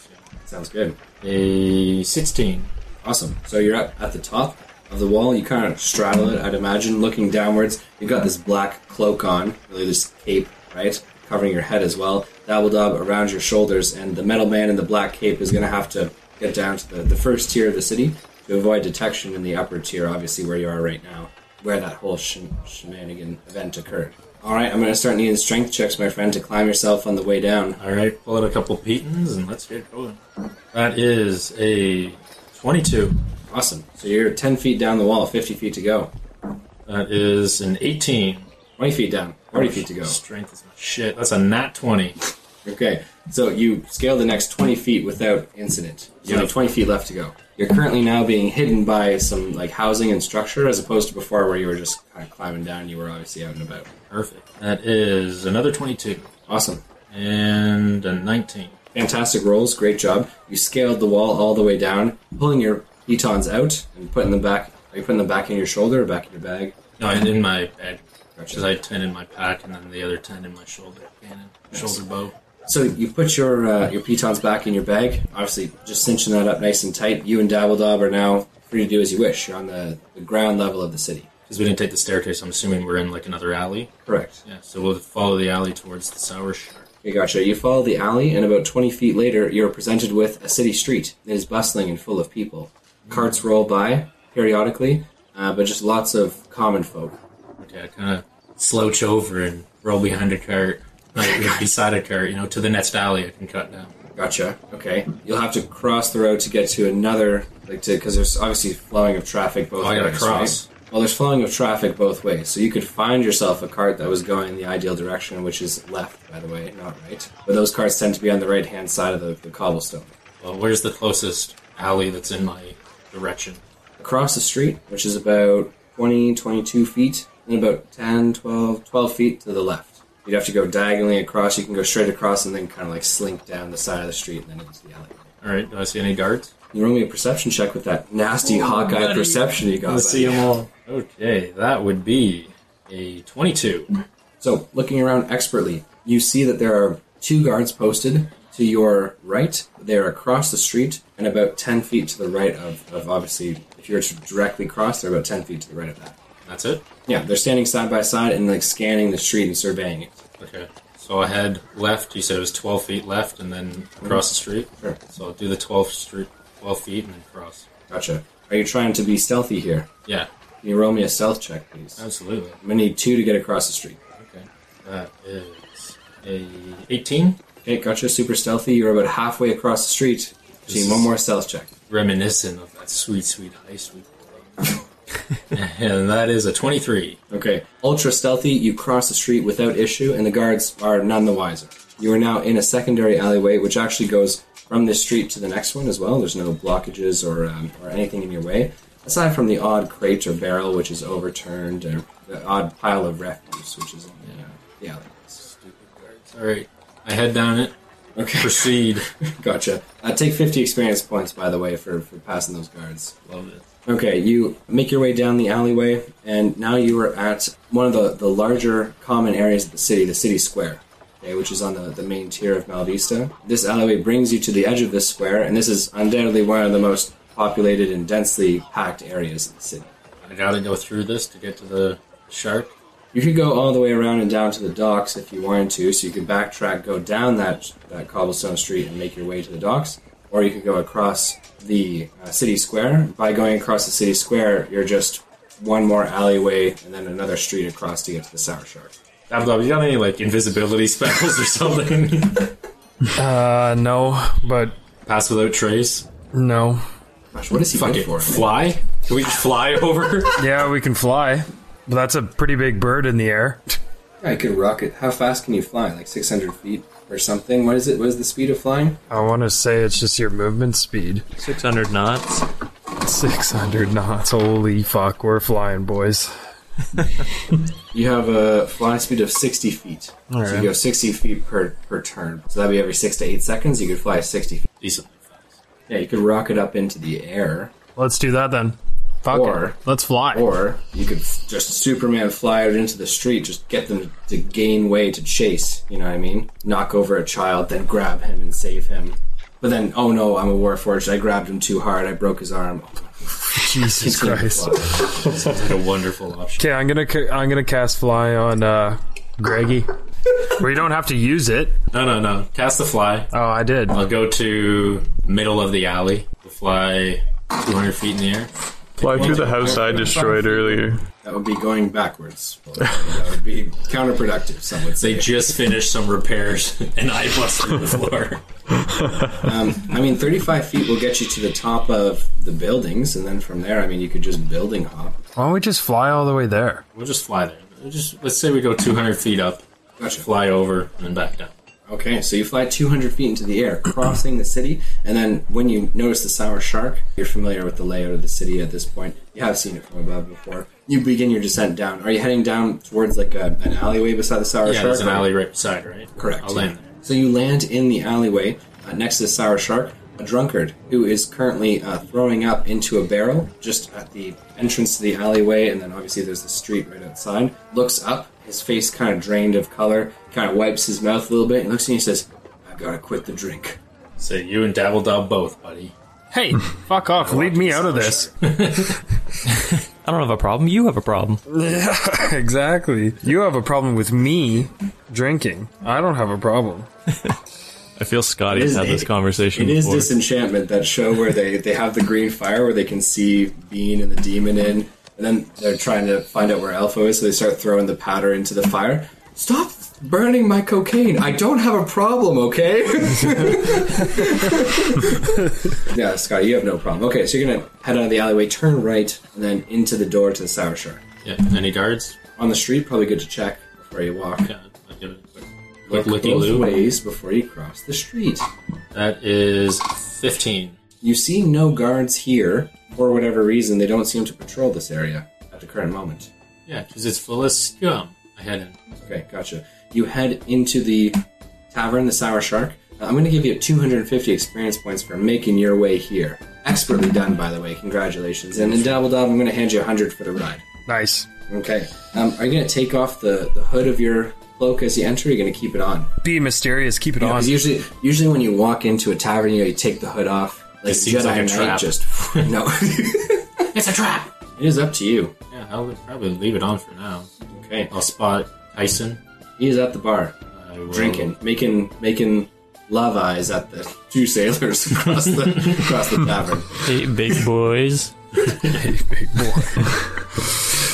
Sounds good.
Yeah. A sixteen.
Awesome. So you're at, at the top of the wall. You kind of straddle it, I'd imagine, looking downwards. You've got this black cloak on, really this cape, right? Covering your head as well. Dabbledob around your shoulders, and the metal man in the black cape is going to have to get down to the, the first tier of the city to avoid detection in the upper tier, obviously, where you are right now, where that whole shen- shenanigan event occurred. All right, I'm going to start needing strength checks, my friend, to climb yourself on the way down.
All right, pull out a couple Petons and let's get going. That is a twenty-two.
Awesome. So you're 10 feet down the wall, 50 feet to go,
That is an eighteen.
20 feet down, 40 feet to go.
Strength is my shit. That's a nat twenty.
Okay, so you scale the next 20 feet without incident. You have
Yep.
20 feet left to go. You're currently now being hidden by some like housing and structure, as opposed to before where you were just kind of climbing down. You were obviously out and about.
Perfect. That is another twenty-two
Awesome,
and a nineteen.
fantastic rolls, great job. You scaled the wall all the way down, pulling your pitons out and putting them back. Are you putting them back in your shoulder or back in your bag?
No, and in my bag.
Gotcha.
Because I had ten in my pack, and then the other ten in my shoulder cannon, shoulder bow.
So you put your uh, your pitons back in your bag, obviously just cinching that up nice and tight. You and Dabbledob are now free to do as you wish. You're on the, the ground level of the city.
Because we didn't take the staircase, I'm assuming we're in like another alley.
Correct.
Yeah, so we'll follow the alley towards the sour shark.
You gotcha. You follow the alley, and about 20 feet later, you're presented with a city street that is bustling and full of people. Carts roll by periodically, uh, but just lots of common folk.
Okay, I kind of slouch over and roll behind a cart, like beside a cart, you know, to the next alley I can cut down.
Gotcha. Okay. You'll have to cross the road to get to another, like to, because there's obviously flowing of traffic both
I
ways.
gotta
right?
cross.
Well, there's flowing of traffic both ways, so you could find yourself a cart that was going in the ideal direction, which is left, by the way, not right. But those carts tend to be on the right hand side of the, the cobblestone.
Well, where's the closest alley that's in my direction?
across the street, which is about 20, 22 feet, and about 10, 12, 12 feet to the left. You'd have to go diagonally across. You can go straight across and then kind of like slink down the side of the street and then into the alley.
All right, do I see any guards?
You roll me a perception check with that nasty Hawkeye perception you got.
Let's see
buddy.
them all. Okay, that would be a 22.
So, looking around expertly, you see that there are two guards posted to your right. They are across the street and about 10 feet to the right of, of obviously, if you're to directly cross, they're about 10 feet to the right of that.
That's it?
Yeah, they're standing side by side and like scanning the street and surveying it.
Okay. So I had left, you said it was 12 feet left and then across the street?
Sure.
So I'll do the 12, street, 12 feet and then cross.
Gotcha. Are you trying to be stealthy here?
Yeah,
Can you roll me a stealth check, please? I'm
absolutely.
gonna need two to get across the street.
Okay. That is a 18.
Okay, gotcha. Super stealthy. You're about halfway across the street. Just need one more stealth check.
Reminiscent of that sweet, sweet heist we pulled off. And that is a 23.
Okay, ultra stealthy, you cross the street without issue, and the guards are none the wiser. You are now in a secondary alleyway, which actually goes from this street to the next one as well. There's no blockages or, um, or anything in your way, aside from the odd crate or barrel which is overturned, or the odd pile of refuse which is in the, uh, the alleyways.
Alright. I head down it.
Okay,
Proceed.
gotcha. Uh, take 50 experience points, by the way, for, for passing those guards.
Love it.
Okay, you make your way down the alleyway, and now you are at one of the, the larger common areas of the city, the city square, okay, which is on the, the main tier of Malvista. This alleyway brings you to the edge of this square, and this is undoubtedly one of the most populated and densely packed areas of the city.
I gotta go through this to get to the shark.
You could go all the way around and down to the docks if you wanted to, so you could backtrack, go down that, that cobblestone street and make your way to the docks, or you could go across the uh, city square. By going across the city square, you're just one more alleyway and then another street across to get to the Sour Shark.
Dabdab, you got any like invisibility spells or something?
Uh, no, but
Pass without trace.
no.
Gosh, what is he
Fuck
good
it.
for?
Fly? Can we just fly over?
Yeah, we can fly. But that's a pretty big bird in the air.
I could rocket. How fast can you fly? Like 600 feet or something? What is it? What is the speed of flying?
I want to say it's just your movement speed.
600 knots.
600 knots. Holy fuck, we're flying, boys.
You have a fly speed of 60 feet. So you
right.
go 60 feet per, per turn. So that'd be every 6 to 8 seconds. You could fly 60 feet.
Decent.
Yeah, you could rocket up into the air,
Let's do that then. Fuck
Or-
it. Let's fly.
or you could f- just Superman fly out into the street, just get them to gain way to chase, you know what I mean? Knock over a child, then grab him and save him. But then, oh no, I'm a Warforged, I grabbed him too hard, I broke his arm.
Jesus Christ.
Sounds like a wonderful option.
Okay, I'm gonna ca- I'm gonna cast fly on uh, Greggy. Where you don't have to use it.
No, no, no. Cast the fly.
Oh, I did.
I'll go to middle of the alley. We'll fly 200 feet in the air.
Fly through the house I destroyed earlier.
That would be going backwards. That would be counterproductive, some would
They
say.
just finished some repairs, and I bust through the floor.
I mean, 35 feet will get you to the top of the buildings, and then from there, I mean, you could just building hop.
Why don't we just fly all the way there?
We'll just fly there. We'll just let's say we go 200 feet up,
Gotcha.
fly over, and back down.
Okay, so you fly 200 feet into the air, crossing the city, and then when you notice the sour shark, you're familiar with the layout of the city at this point. You have seen it from above before. You begin your descent down. Are you heading down towards like a, an alleyway beside the sour
Yeah,
shark?
there's an alley right beside, right?
Correct.
I'll
yeah.
land there.
So you land in the alleyway uh, next to the sour shark, a drunkard who is currently uh, throwing up into a barrel just at the entrance to the alleyway, and then obviously there's the street right outside. Looks up, his face kind of drained of color, kind of wipes his mouth a little bit, and looks at you and says, "I've got to quit the drink."
Say you and Dabble Dab both, buddy.
Hey, fuck off. Leave me out of this.
I don't have a problem. You have a problem.
exactly. You have a problem with me drinking. I don't have a problem.
I feel Scotty
It
has
is-
had this
it-
conversation
It is
before.
Disenchantment, that show where they, they have the green fire where they can see Bean and the demon in, and then they're trying to find out where Alpha is, so they start throwing the powder into the fire. Stop burning my cocaine. I don't have a problem, okay? yeah, Scott, you have no problem. Okay, so you're going to head out of the alleyway, turn right, and then into the door to the Sour Shark.
Yeah. Any guards?
On the street, probably good to check before you walk.
Yeah. I give it a quick, quick looky
Both
loo.
ways before you cross the street.
That is 15.
You see no guards here. For whatever reason, they don't seem to patrol this area at the current moment.
Yeah, because it's full of scum. I head in.
Okay, gotcha. You head into the tavern, the Sour Shark. Uh, I'm going to give you 250 experience points for making your way here. Expertly done, by the way. Congratulations. And in Dabble Dab, I'm going to hand you 100 for the ride.
Nice.
Okay. Um, are you going to take off the, the hood of your cloak as you enter? Or are you going to keep it on?
Be mysterious. Keep it on.
'Cause usually, usually when you walk into a tavern, you, know, you take the hood off. Like
This seems
Jedi
like a
Knight
trap.
Just no.
It's a trap.
it is up to you.
Yeah, I'll probably leave it on for now.
Okay. Oh,
I'll spot Tyson.
He is at the bar
I will-
drinking, making making love eyes at the two sailors across the across the tavern.
Hey, big boys.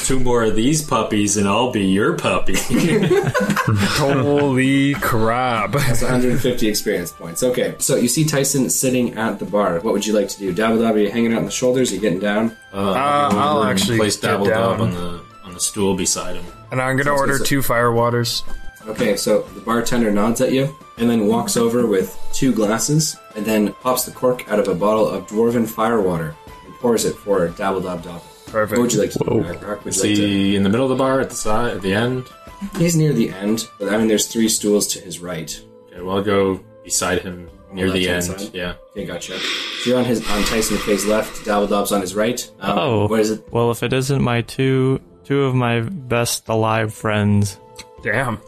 Two more of these puppies, and I'll be your puppy. Uh,
Uh,
Holy crap.
That's 150 experience points. Okay, so you see Tyson sitting at the bar. What would you like to do? Dabble dabble, you hanging out on the shoulders? You getting down?
Uh, I'll actually
place
get
Dabble Dab
down.
on the on the stool beside him.
And I'm going to order
good.
two fire waters.
Okay, so the bartender nods at you and then walks over with two glasses and then pops the cork out of a bottle of dwarven firewater and pours it for Dabble Dab Dabble.
Perfect.
What would you like to do?
Whoa.
Rock, would
Is
you like to-
he in the middle of the bar at the side, at the end?
He's near the end, but I mean, there's three stools to his right.
Okay, well, I'll go beside him near
left
the end.
hand side?
Yeah.
Okay, gotcha. So you're on his on Tyson K's left, Dabble Dab's on his right. Um,
Oh.
What is it?
Well, if it isn't my two two of my best alive friends,
Damn.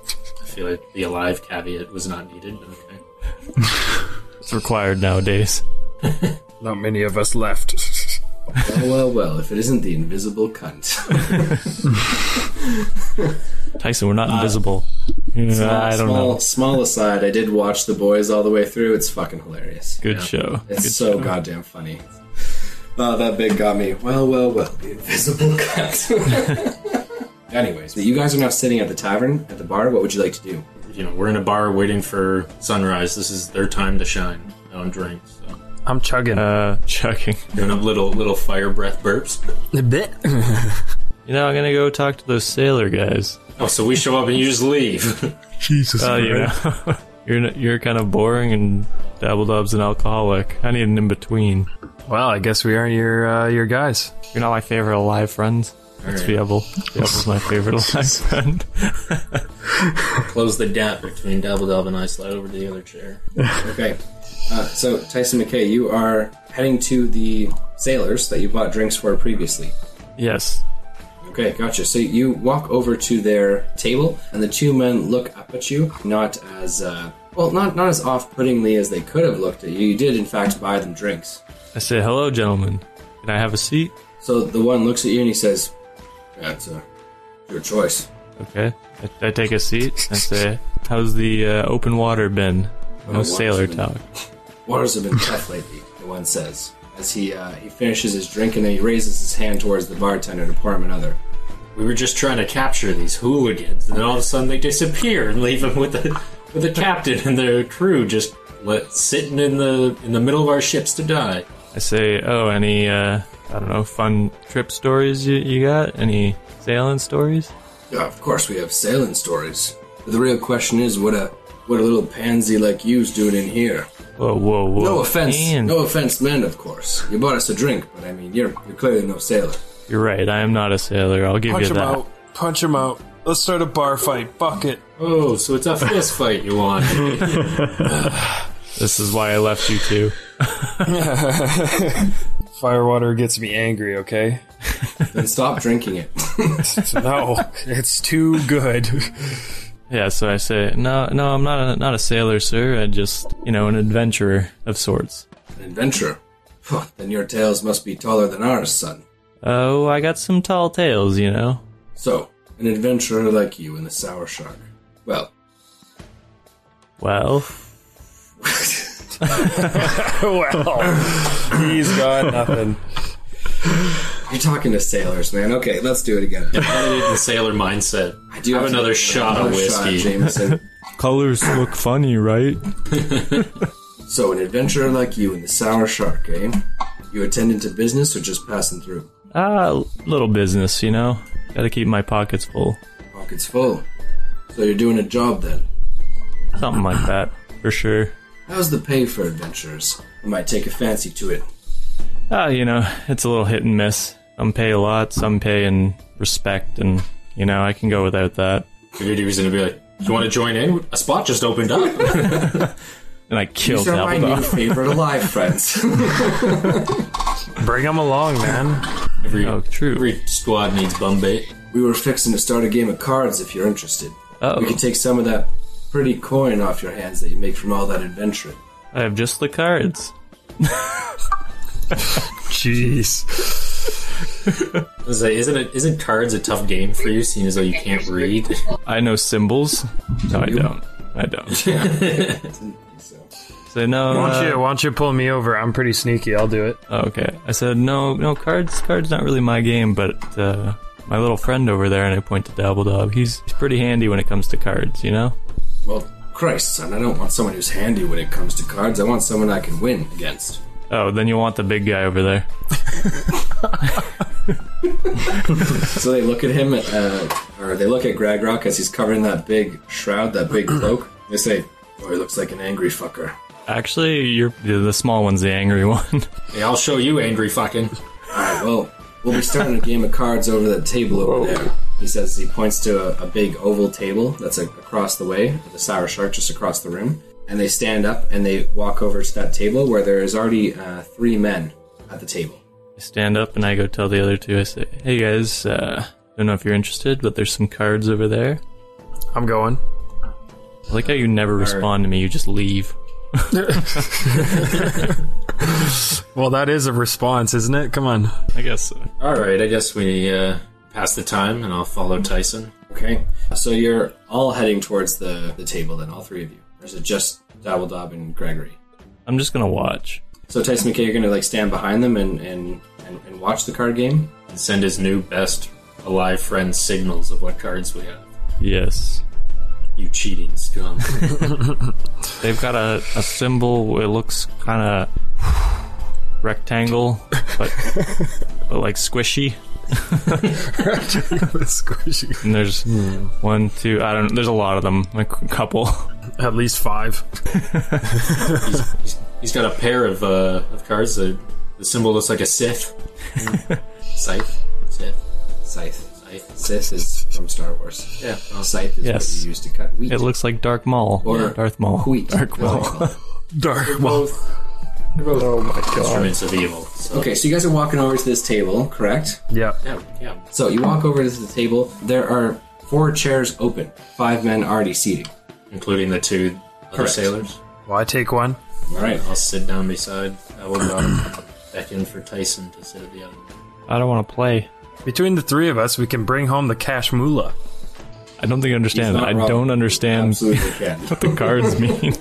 I feel like the alive caveat was not needed. but Okay.
it's required nowadays.
Not many of us left.
Well, Oh, well, well, if it isn't the invisible cunt.
Tyson, we're not invisible. Yeah, Uh, I don't
Uh, small,
know.
Small aside, I did watch The Boys all the way through. It's fucking hilarious.
Good show.
It's so goddamn funny. Oh, that bit got me. Well, well, well. The invisible cut. Anyways, you guys are now sitting at the tavern, at the bar. What would you like to do?
You know, we're in a bar waiting for sunrise. This is their time to shine. I don't drink, so
I'm chugging.
Uh, checking.
doing up little little fire breath burps.
a bit.
You know, I'm gonna go talk to those sailor guys.
Oh, so we show up and you just leave.
Jesus
Oh,
Uh, you know, you're n- you're kind of boring and Dabble Dub's an alcoholic. I need an in between.
Well, I guess we are your uh, your guys.
You're not my favorite alive friend. That's
All right.
Fievel. Fievel's my favorite alive friend.
Close the gap between Double Dub and I. Slide over to the other chair.
Okay. Uh, so, Tyson McKay, you are heading to the sailors that you bought drinks for previously.
Yes.
Okay, gotcha. So you walk over to their table, and the two men look up at you, not as uh, well, not not as off-puttingly as they could have looked at you. You did, in fact, buy them drinks.
I say, hello, gentlemen. Can I have a seat?
So the one looks at you and he says, "That's uh, your choice."
Okay. I, I take a seat and say, how's the uh, open water been? No
water's
sailor
been-
talk.
Waters have been tough lately. The one says as he uh, he finishes his drink and then he raises his hand towards the bartender to pour him another.
We were just trying to capture these hooligans, and then all of a sudden they disappear and leave them with the with the captain and their crew just let, sitting in the in the middle of our ships to die.
I say, oh, any, uh, I don't know, fun trip stories you, you got? Any sailing stories?
Yeah, of course we have sailing stories. But the real question is, what a what a little pansy like you's doing in here?
Whoa, whoa, whoa.
No offense,
Man,
no offense, men. Of course, you bought us a drink, but I mean, you're you're clearly no sailor.
You're right. I am not a sailor. I'll give
Punch
you
him
that.
out. Punch him out. Let's start a bar fight. Bucket.
Oh, so it's a fist fight you want?
This is why I left you two.
Firewater gets me angry. Okay.
Then stop drinking it.
no, it's too good.
Yeah, so I say, no, no, I'm not a, not a sailor, sir. I just, you know, an adventurer of sorts.
An adventurer. Huh, then your tales must be taller than ours, son.
Oh, I got some tall tales, you know.
So, an adventurer like you and the sour shark. Well,
Well,
well, he's got nothing.
you're talking to sailors, man. Okay, let's do it again.
Edited the sailor mindset.
I do
Have
to-
another shot of
another
whiskey.
Jameson.
colors look funny, right?
so, an adventurer like you and the sour shark, eh? You attending to business or just passing through?
Ah, little business, you know. Got to keep my pockets full.
Pockets full. So you're doing a job then.
Something like that, for sure.
How's the pay for adventurers? I might take a fancy to it.
Ah, you know, it's a little hit and miss. Some pay a lot, some pay in respect, and you know, I can go without that.
Figured he was gonna be like, "You want to join in? A spot just opened up."
And I killed
These are my
Dabble
new favorite alive friends.
Bring him along, man.
Every,
Oh, true.
Every squad needs bum bait.
We were fixing to start a game of cards if you're interested.
Oh.
We could take some of that pretty coin off your hands that you make from all that adventuring.
I have just the cards.
Jeez.
I was like, isn't it? Isn't cards a tough game for you, seeing as though you can't read?
I know symbols. No, I don't. I don't. so no.
Why
uh,
don't you why don't you pull me over? I'm pretty sneaky. I'll do it.
Oh, okay. I said no, no cards. Cards not really my game, but uh, my little friend over there, and I point to Dabbledob. He's he's pretty handy when it comes to cards, you know.
Well, Christ, son, I don't want someone who's handy when it comes to cards. I want someone I can win against.
Oh, then you want the big guy over there.
So they look at him, uh, or they look at Gragrock as he's covering that big shroud, that big cloak. They say, "Oh, he looks like an angry fucker."
Actually, you're the, the small one's the angry one.
Hey, I'll show you, angry fucking.
All right, well, we'll be starting a game of cards over the table over there. He says he points to a, a big oval table that's like across the way, the sour shark just across the room. And they stand up and they walk over to that table where there is already uh, three men at the table.
I stand up and I go tell the other two. I say, "Hey guys, uh, don't know if you're interested, but there's some cards over there."
I'm going.
I like how you never respond to me. You just leave.
Well, that is a response, isn't it? Come on.
I guess. So.
All right, I guess we uh, pass the time, and I'll follow Tyson.
Okay, so you're all heading towards the, the table then, all three of you. Or is it just Dabbledob and Gregory?
I'm just gonna watch.
So Tyson McKay, you're going to like stand behind them and, and, and, and watch the card game?
And send his new best alive friend signals of what cards we have.
Yes.
You cheating scum.
They've got a, a symbol. It looks kind of rectangle, but, but like squishy.
Squishy.
And there's
Hmm.
one, two. I don't. There's a lot of them. Like a couple.
At least five.
He's got a pair of uh, of cards. The, the symbol looks like a scythe. Scythe. Scythe.
Scythe.
Scythe.
Scythe is from Star Wars.
Yeah.
Well, scythe is
Yes.
what you use to cut wheat.
It looks like Dark Maul
Or
Darth Maul.
wheat.
Dark
No, I
Maul.
call it.
Dark.
Both
Oh my god.
instruments of evil. So,
Okay, so you guys are walking over to this table, correct?
Yeah.
yeah, yeah.
So you walk over to the table. There are four chairs open, five men already seated.
Including the two other
Correct.
sailors.
Well, I take one.
All right.
I'll sit down beside. I will go back in for Tyson to sit at the other.
I don't want to play.
Between the three of us, we can bring home the cash moolah.
I don't think you understand.
He's
I
not wrong.
don't understand
Absolutely can.
what the cards mean.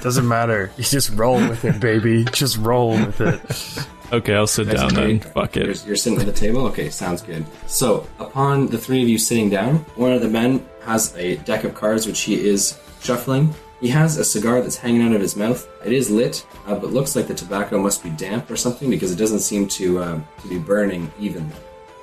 Doesn't matter. You just roll with it, baby. Just roll with it.
okay, I'll sit down then. Fuck
You're,
it.
you're sitting at the table. Okay, sounds good. So upon the three of you sitting down, one of the men has a deck of cards which he is shuffling. He has a cigar that's hanging out of his mouth. It is lit, uh, but looks like the tobacco must be damp or something because it doesn't seem to um, to be burning evenly.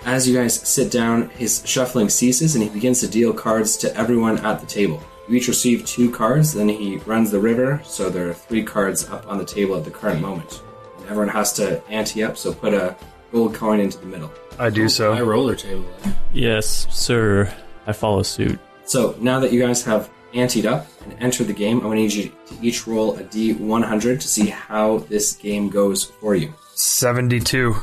As you guys sit down, his shuffling ceases and he begins to deal cards to everyone at the table. You each receive two cards, then he runs the river, so there are three cards up on the table at the current moment. And everyone has to ante up, so put a gold coin into the middle.
I do
High
so.
roller table.
Yes, sir. I follow suit.
So now that you guys have anteed up and entered the game, I'm going to need you to each roll a d100 to see how this game goes for you.
72.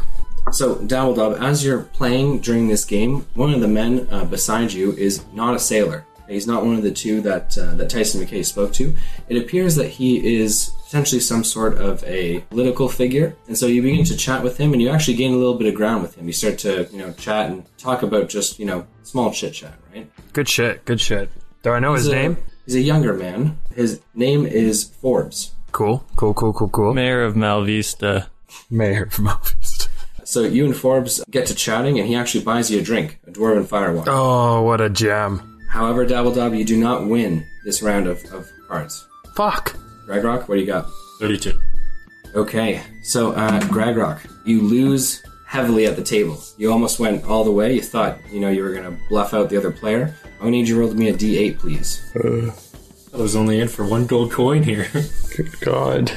So, Dabbledob, as you're playing during this game, one of the men uh, beside you is not a sailor. He's not one of the two that uh, that Tyson McKay spoke to. It appears that he is potentially some sort of a political figure, and so you begin to chat with him, and you actually gain a little bit of ground with him. You start to you know chat and talk about just you know small chit chat, right?
Good shit. Good shit. Do I know his
He's a-
name?
He's a younger man. His name is Forbes.
Cool. Cool, cool, cool, cool.
Mayor of Malvista.
Mayor from Office.
So you and Forbes get to chatting, and he actually buys you a drink, a dwarven firewater.
Oh, what a gem.
However, Dabbledob, you do not win this round of, of cards.
Fuck.
Gregrock, what do you got?
Thirty-two.
Okay, so uh, Gregrock, you lose heavily at the table. You almost went all the way. You thought, you know, you were going to bluff out the other player. I'm going to need you to roll me a d8, please.
I was only in for one gold coin here.
Good god.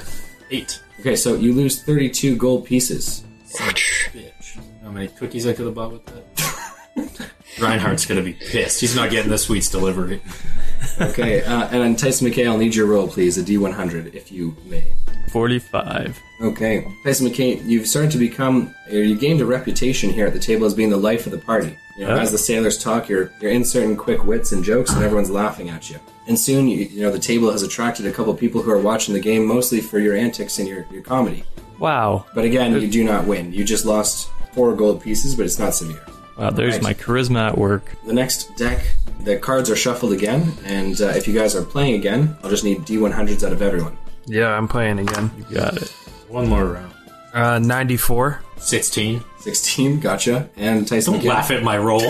Eight.
Okay, so you lose 32 gold pieces.
Bitch. How many cookies I could have bought with that? Reinhardt's gonna be pissed. He's not getting the sweets delivery.
Okay, uh, and then Tyson McKay, I'll need your roll, please, a d100, if you may.
45.
Okay. Tyson McCain, you've started to become, or you gained a reputation here at the table as being the life of the party. You know,
Yeah.
as the sailors talk, you're, you're inserting quick wits and jokes, and everyone's laughing at you. And soon, you, you know, the table has attracted a couple people who are watching the game mostly for your antics and your, your comedy.
Wow.
But again, you do not win. You just lost four gold pieces, but it's not severe.
Wow, Uh, there's
Nice.
my charisma at work.
The next deck, the cards are shuffled again, and uh, if you guys are playing again, I'll just need D100s out of everyone.
Yeah, I'm playing again.
Got it.
One more round.
Uh, 94.
16.
16, gotcha. And Tyson
Don't
McKay.
laugh at my roll,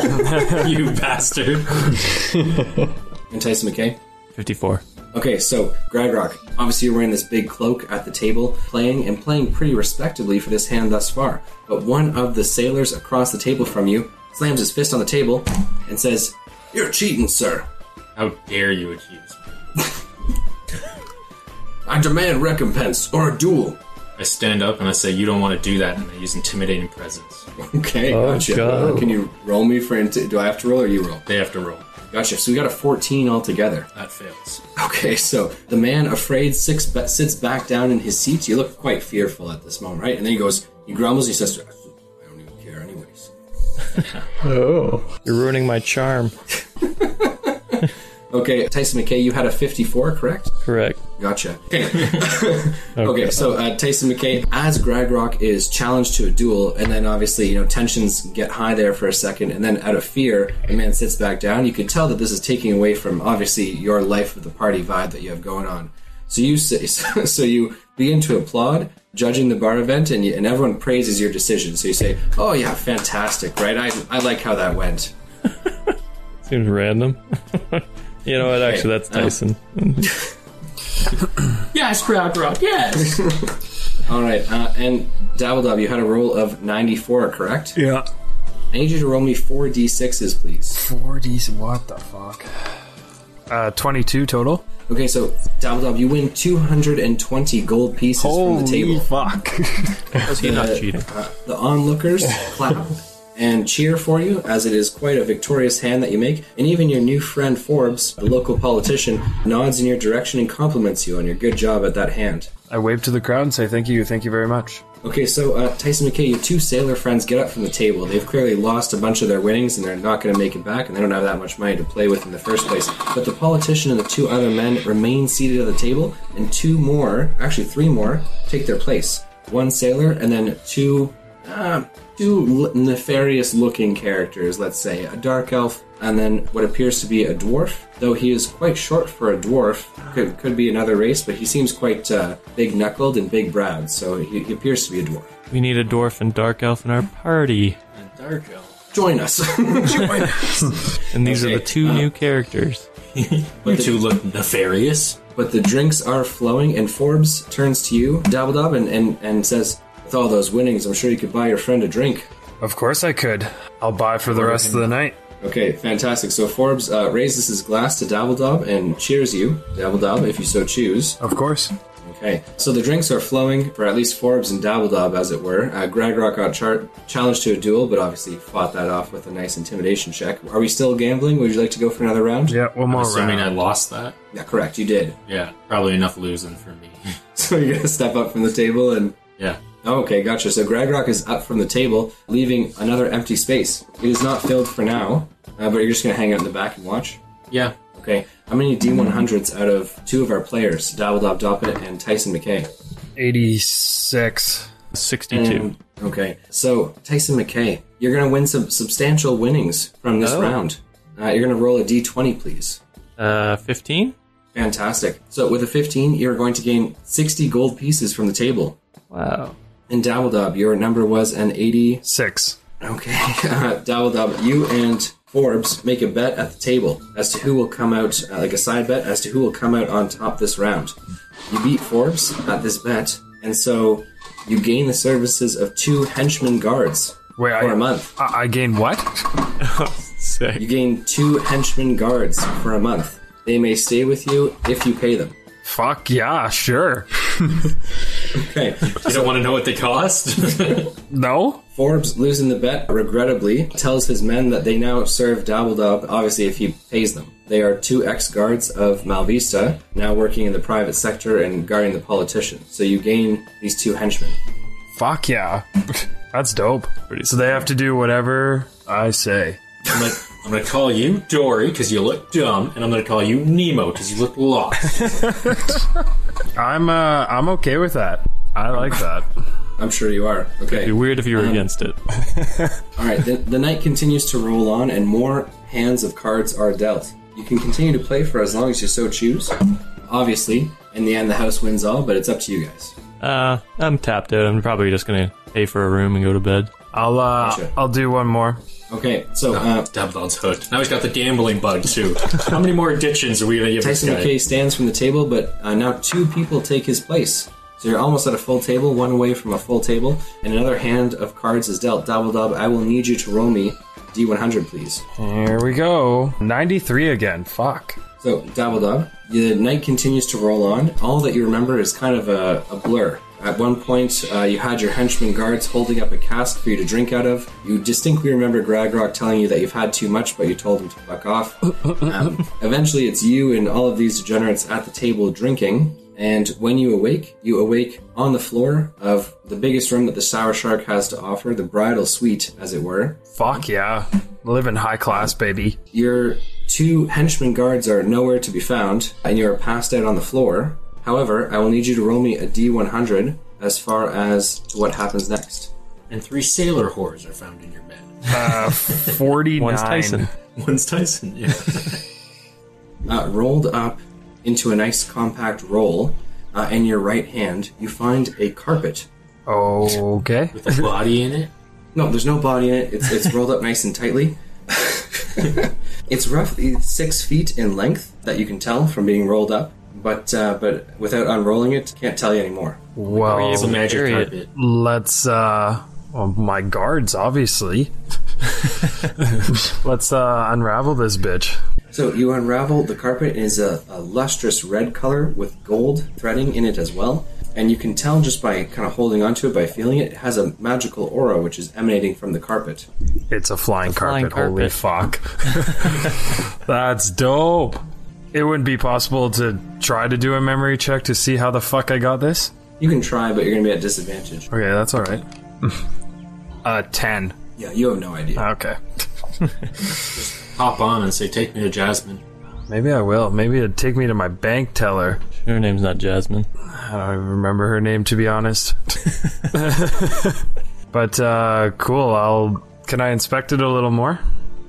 you bastard.
And Tyson McKay.
54.
Okay, so Gradrock, obviously you're wearing this big cloak at the table, playing and playing pretty respectably for this hand thus far. But one of the sailors across the table from you slams his fist on the table and says, "You're cheating, sir.
How dare you accuse me?
I demand recompense or a duel."
I stand up and I say, You don't want to do that, and I use intimidating presence.
Okay, gotcha. Uh,
God.
Can you roll me for? Inti- do I have to roll or you roll?
They have to roll.
Gotcha. So we got a 14 altogether.
That fails.
Okay, so the man, afraid, six ba- sits back down in his seat. You look quite fearful at this moment, right? And then he goes, he grumbles, he says, I don't even care, anyways.
Oh.
You're ruining my charm.
Okay, Tyson McKay, you had a 54, correct?
Correct.
Gotcha. Okay, okay so uh, Tyson McKay, as Gragrock is challenged to a duel, and then obviously, you know, tensions get high there for a second, and then out of fear, the man sits back down. You can tell that this is taking away from, obviously, your life of the party vibe that you have going on. So you say, so you begin to applaud, judging the bar event, and, you, and everyone praises your decision. So you say, oh, yeah, fantastic, right? I, I like how that went.
Seems random. you know what? Actually, that's Tyson.
Yes, Crowd Rock, yes!
All right, uh, and Dabbledob, you had a roll of 94, correct?
Yeah.
I need you to roll me four d6s, please.
40s, what the fuck? Uh, 22 total.
Okay, so Dabbledob, you win 220 gold pieces from the table.
fuck.
the,
not cheating.
uh, the onlookers clap and cheer for you, as it is quite a victorious hand that you make. And even your new friend Forbes, the local politician, nods in your direction and compliments you on your good job at that hand.
I wave to the crowd and say thank you, thank you very much.
Okay, so uh, Tyson McKay, your two sailor friends get up from the table. They've clearly lost a bunch of their winnings and they're not going to make it back, and they don't have that much money to play with in the first place. But the politician and the two other men remain seated at the table, and two more, actually three more, take their place. One sailor, and then two, uh, two nefarious looking characters, let's say a dark elf, and then what appears to be a dwarf. Though he is quite short for a dwarf, could, could be another race, but he seems quite uh, big knuckled and big browed, so he, he appears to be a dwarf.
We need a dwarf and dark elf in our party.
Dark Elf.
Join us! Join us!
And these are
Okay,
the two new characters.
You two look nefarious.
But the drinks are flowing, and Forbes turns to you, Dabbledob, and, and, and says, With all those winnings, I'm sure you could buy your friend a drink.
Of course I could. I'll buy for the rest of the night.
Okay, fantastic. So Forbes uh, raises his glass to Dabbledob and cheers you, Dabbledob, if you so choose.
Of course.
Okay, so the drinks are flowing for at least Forbes and Dabbledob, as it were. Uh, Gragrock got char- challenged to a duel, but obviously fought that off with a nice intimidation check. Are we still gambling? Would you like to go for another round?
Yeah, one more
Assuming I
round.
lost that.
Yeah, correct, you did.
Yeah, probably enough losing for me.
So you're gonna step up from the table and. oh,
yeah.
Okay, gotcha. So Gragrock is up from the table, leaving another empty space. It is not filled for now, uh, but you're just gonna hang out in the back and watch.
Yeah.
Okay, how many D100s out of two of our players, Dabbledob Doppet and Tyson McKay?
86.
62.
Okay, so Tyson McKay, you're going to win some substantial winnings from
Oh.
this round. Uh, you're going to roll a d20, please.
Uh, 15?
Fantastic. So with a 15, you're going to gain 60 gold pieces from the table.
Wow.
And Dabbledob, your number was an 80.
Six.
Okay, uh, Dabbledob, you and Forbes make a bet at the table as to who will come out, uh, like a side bet, as to who will come out on top this round. You beat Forbes at this bet, and so you gain the services of two henchmen guards
Wait,
for a
I,
month.
I, I gained what?
Sick.
You gain two henchmen guards for a month. They may stay with you if you pay them.
Fuck yeah, sure.
Okay.
You don't want to know what they cost?
No?
Forbes, losing the bet, regrettably tells his men that they now serve Dabbledob, obviously, if he pays them. They are two ex guards of Malvista, now working in the private sector and guarding the politician. So you gain these two henchmen.
Fuck yeah. That's dope. So they have to do whatever I say.
I'm gonna, I'm gonna call you Dory because you look dumb, and I'm gonna call you Nemo because you look lost.
I'm uh I'm okay with that. I like that.
I'm sure you are. Okay.
It'd be weird if you were against it.
All right. The, the night continues to roll on, and more hands of cards are dealt. You can continue to play for as long as you so choose. Obviously, in the end, the house wins all, but it's up to you guys.
Uh, I'm tapped out. I'm probably just gonna pay for a room and go to bed.
I'll uh
Gotcha.
I'll do one more.
Okay. So, uh,
Dabdon's Oh, hooked. Now he's got the gambling bug too. How many more addictions are we gonna give
Tyson
this guy?
McKay stands from the table, but uh, now two people take his place. So you're almost at a full table, one away from a full table, and another hand of cards is dealt. Double dub, I will need you to roll me D100, please.
Here we go. 93 again. Fuck.
So, Dabble Dub, the night continues to roll on. All that you remember is kind of a, a blur. At one point, uh, you had your henchmen guards holding up a cask for you to drink out of. You distinctly remember Gragrock telling you that you've had too much, but you told him to fuck off. Um, eventually, it's you and all of these degenerates at the table drinking. And when you awake, you awake on the floor of the biggest room that the Sour Shark has to offer, the bridal suite, as it were.
Fuck yeah. Living high class, baby.
Your two henchmen guards are nowhere to be found, and you are passed out on the floor. However, I will need you to roll me a d100 as far as to what happens next.
And three sailor whores are found in your bed.
49.
One's Tyson.
One's Tyson. Yeah.
Uh, rolled up into a nice compact roll uh, in your right hand, you find a carpet.
Okay.
With a body in it.
No, there's no body in it. It's, it's rolled up nice and tightly. it's roughly six feet in length that you can tell from being rolled up, but uh, but without unrolling it, can't tell you anymore.
It's a
Well,
magic
Period.
carpet.
let's uh well, my guards obviously. let's uh unravel this bitch.
So you unravel the carpet it is a, a lustrous red color with gold threading in it as well. And you can tell just by kind of holding onto it, by feeling it, it has a magical aura which is emanating from the carpet.
It's a flying,
flying
carpet. Holy fuck. That's dope. It wouldn't be possible to try to do a memory check to see how the fuck I got this.
You can try, but you're going to be at disadvantage.
Okay, that's all right. uh 10.
Yeah, you have no idea.
Okay.
Hop on and say, "Take me to Jasmine."
Maybe I will. Maybe it'd take me to my bank teller.
Her name's not Jasmine.
I don't even remember her name to be honest. but uh cool. I'll can I inspect it a little more?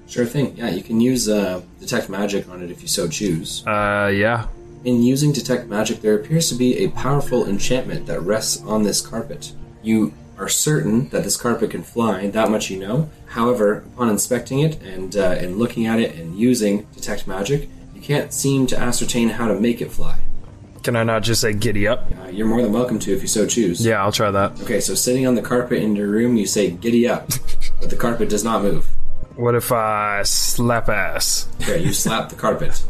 Sure thing. Yeah, you can use uh, detect magic on it if you so choose.
Uh yeah.
In using detect magic, there appears to be a powerful enchantment that rests on this carpet. You are certain that this carpet can fly, that much you know. However, upon inspecting it and uh, and looking at it and using detect magic, you can't seem to ascertain how to make it fly.
Can I not just say giddy up?
Uh, you're more than welcome to if you so choose.
Yeah, I'll try that.
Okay, so sitting on the carpet in your room, you say "giddy up," but the carpet does not move.
What if I slap ass?
Okay, you slap the carpet;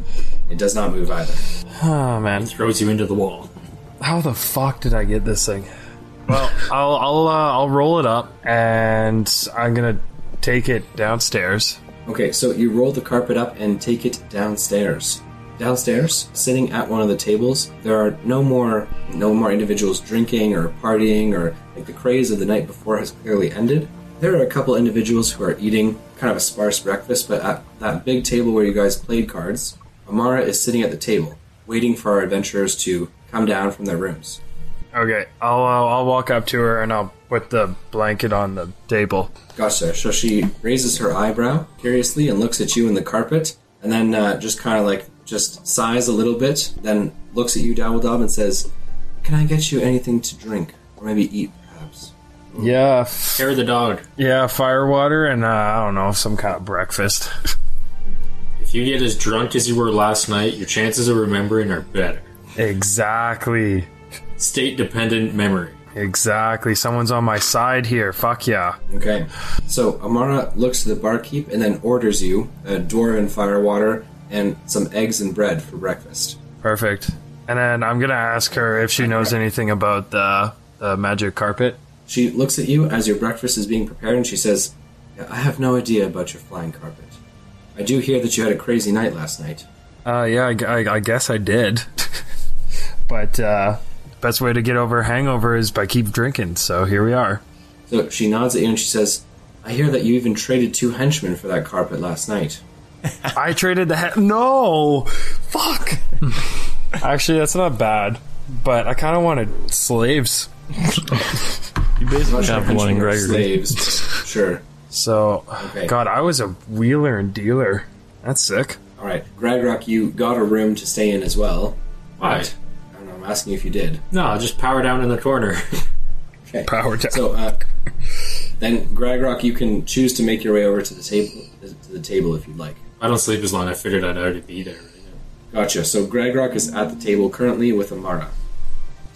it does not move either.
Oh man.
Throws you into the wall.
How the fuck did I get this thing? Well, I'll I'll uh, I'll roll it up and I'm gonna take it downstairs.
Okay, so you roll the carpet up and take it downstairs. Downstairs, sitting at one of the tables, there are no more no more individuals drinking or partying or like the craze of the night before has clearly ended. There are a couple individuals who are eating kind of a sparse breakfast, but at that big table where you guys played cards, Amara is sitting at the table, waiting for our adventurers to come down from their rooms.
Okay, I'll uh, I'll walk up to her and I'll put the blanket on the table.
Gotcha. So she raises her eyebrow curiously and looks at you in the carpet, and then uh, just kind of like just sighs a little bit, then looks at you, Dabbledob, and says, "Can I get you anything to drink, or maybe eat, perhaps?"
Yeah, f-
Carry the dog.
yeah, fire water and uh, I don't know some kind of breakfast.
If you get as drunk as you were last night, your chances of remembering are better.
exactly,
State dependent memory.
exactly. Someone's on my side here. Fuck yeah.
Okay. So Amara looks to the barkeep and then orders you a dwarven firewater and some eggs and bread for breakfast.
Perfect. And then I'm gonna ask her if she knows anything about the the magic carpet.
She looks at you as your breakfast is being prepared, and she says, "I have no idea about your flying carpet. I do hear that you had a crazy night last night."
Uh, yeah, I, gu- I- I guess I did. but uh, best way to get over a hangover is by keep drinking. So here we are.
So she nods at you and she says, I hear that you even traded two henchmen for that carpet last night.
I traded the he- no, fuck. Actually, that's not bad, but I kind of wanted slaves.
You
I'm
basically
not sure
have one
henchmen
in
are
Gregory.
slaves. but sure.
So,
Okay.
God, I was a wheeler and dealer. That's sick.
All right. Gregorock, you got a room to stay in as well.
Why?
I don't know. I'm asking you if you did.
No, just power down in the corner.
Okay.
Power down.
So uh, then, Gregorock, you can choose to make your way over to the table to the table if you'd like.
I don't sleep as long. I figured I'd already be there. Right now.
Gotcha. So Gregorock is at the table currently with Amara.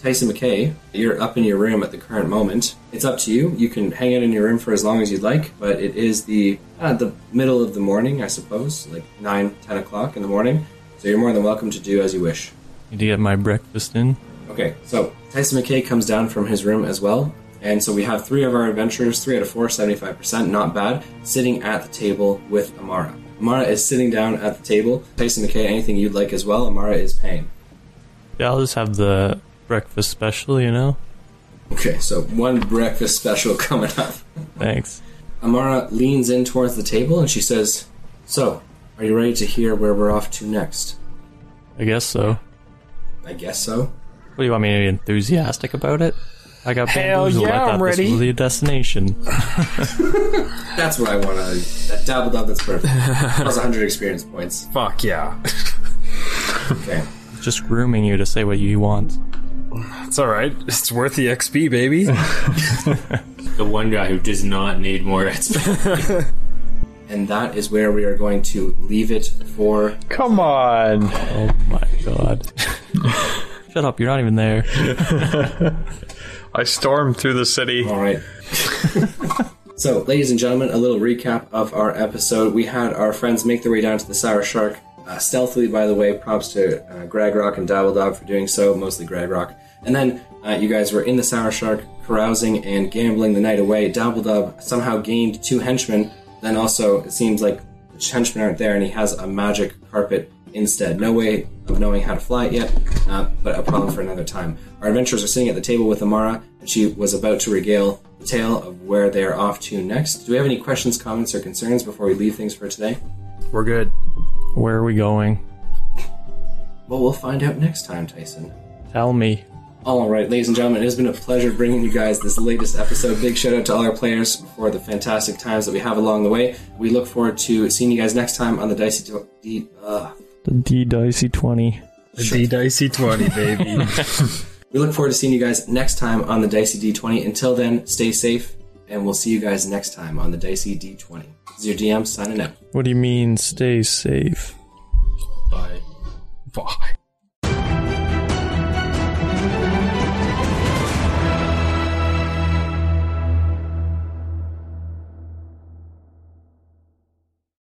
Tyson McKay, you're up in your room at the current moment. It's up to you. You can hang out in your room for as long as you'd like, but it is the uh, the middle of the morning, I suppose, like 9, 10 o'clock in the morning. So you're more than welcome to do as you wish.
Need to get my breakfast in.
Okay, so Tyson McKay comes down from his room as well. And so we have three of our adventurers, three out of four, 75%, not bad, sitting at the table with Amara. Amara is sitting down at the table. Tyson McKay, anything you'd like as well. Amara is paying.
Yeah, I'll just have the breakfast special. You know.
Okay, so one breakfast special coming up.
Thanks.
Amara leans in towards the table and she says, So, are you ready to hear where we're off to next?
I guess so.
I guess so.
What do you want me to be enthusiastic about it? I got
Hell
bamboozled.
yeah,
I thought
I'm
this
ready.
was the destination.
That's what I want to. That dabbled up, that's perfect. Plus 100 experience points.
Fuck yeah.
Okay.
Just grooming you to say what you want.
It's all right. It's worth the XP, baby.
The one guy who does not need more XP.
And that is where we are going to leave it for
Come on.
Oh my god. Shut up, you're not even there.
I stormed through the city.
All right. so, ladies and gentlemen, a little recap of our episode. We had our friends make their way down to the Sour Shark uh, stealthily, by the way. Props to uh, Greg Rock and Dabble Dob for doing so, mostly Greg Rock. And then uh, you guys were in the Sour Shark, carousing and gambling the night away. Dabble Dob somehow gained two henchmen. Then also, it seems like the henchmen aren't there, and he has a magic carpet instead. No way of knowing how to fly it yet, uh, but a problem for another time. Our adventurers are sitting at the table with Amara, and she was about to regale the tale of where they are off to next. Do we have any questions, comments, or concerns before we leave things for today?
We're good.
Where are we going?
Well, we'll find out next time, Tyson.
Tell me.
All right, ladies and gentlemen, it has been a pleasure bringing you guys this latest episode. Big shout out to all our players for the fantastic times that we have along the way. We look forward to seeing you guys next time on the Dicey. Do- D- uh,
The D dicey twenty.
The dicey twenty, baby.
we look forward to seeing you guys next time on the Dicey D20. Until then, stay safe, and we'll see you guys next time on the Dicey D20. This is your DM signing out.
What do you mean stay safe?
Bye.
Bye.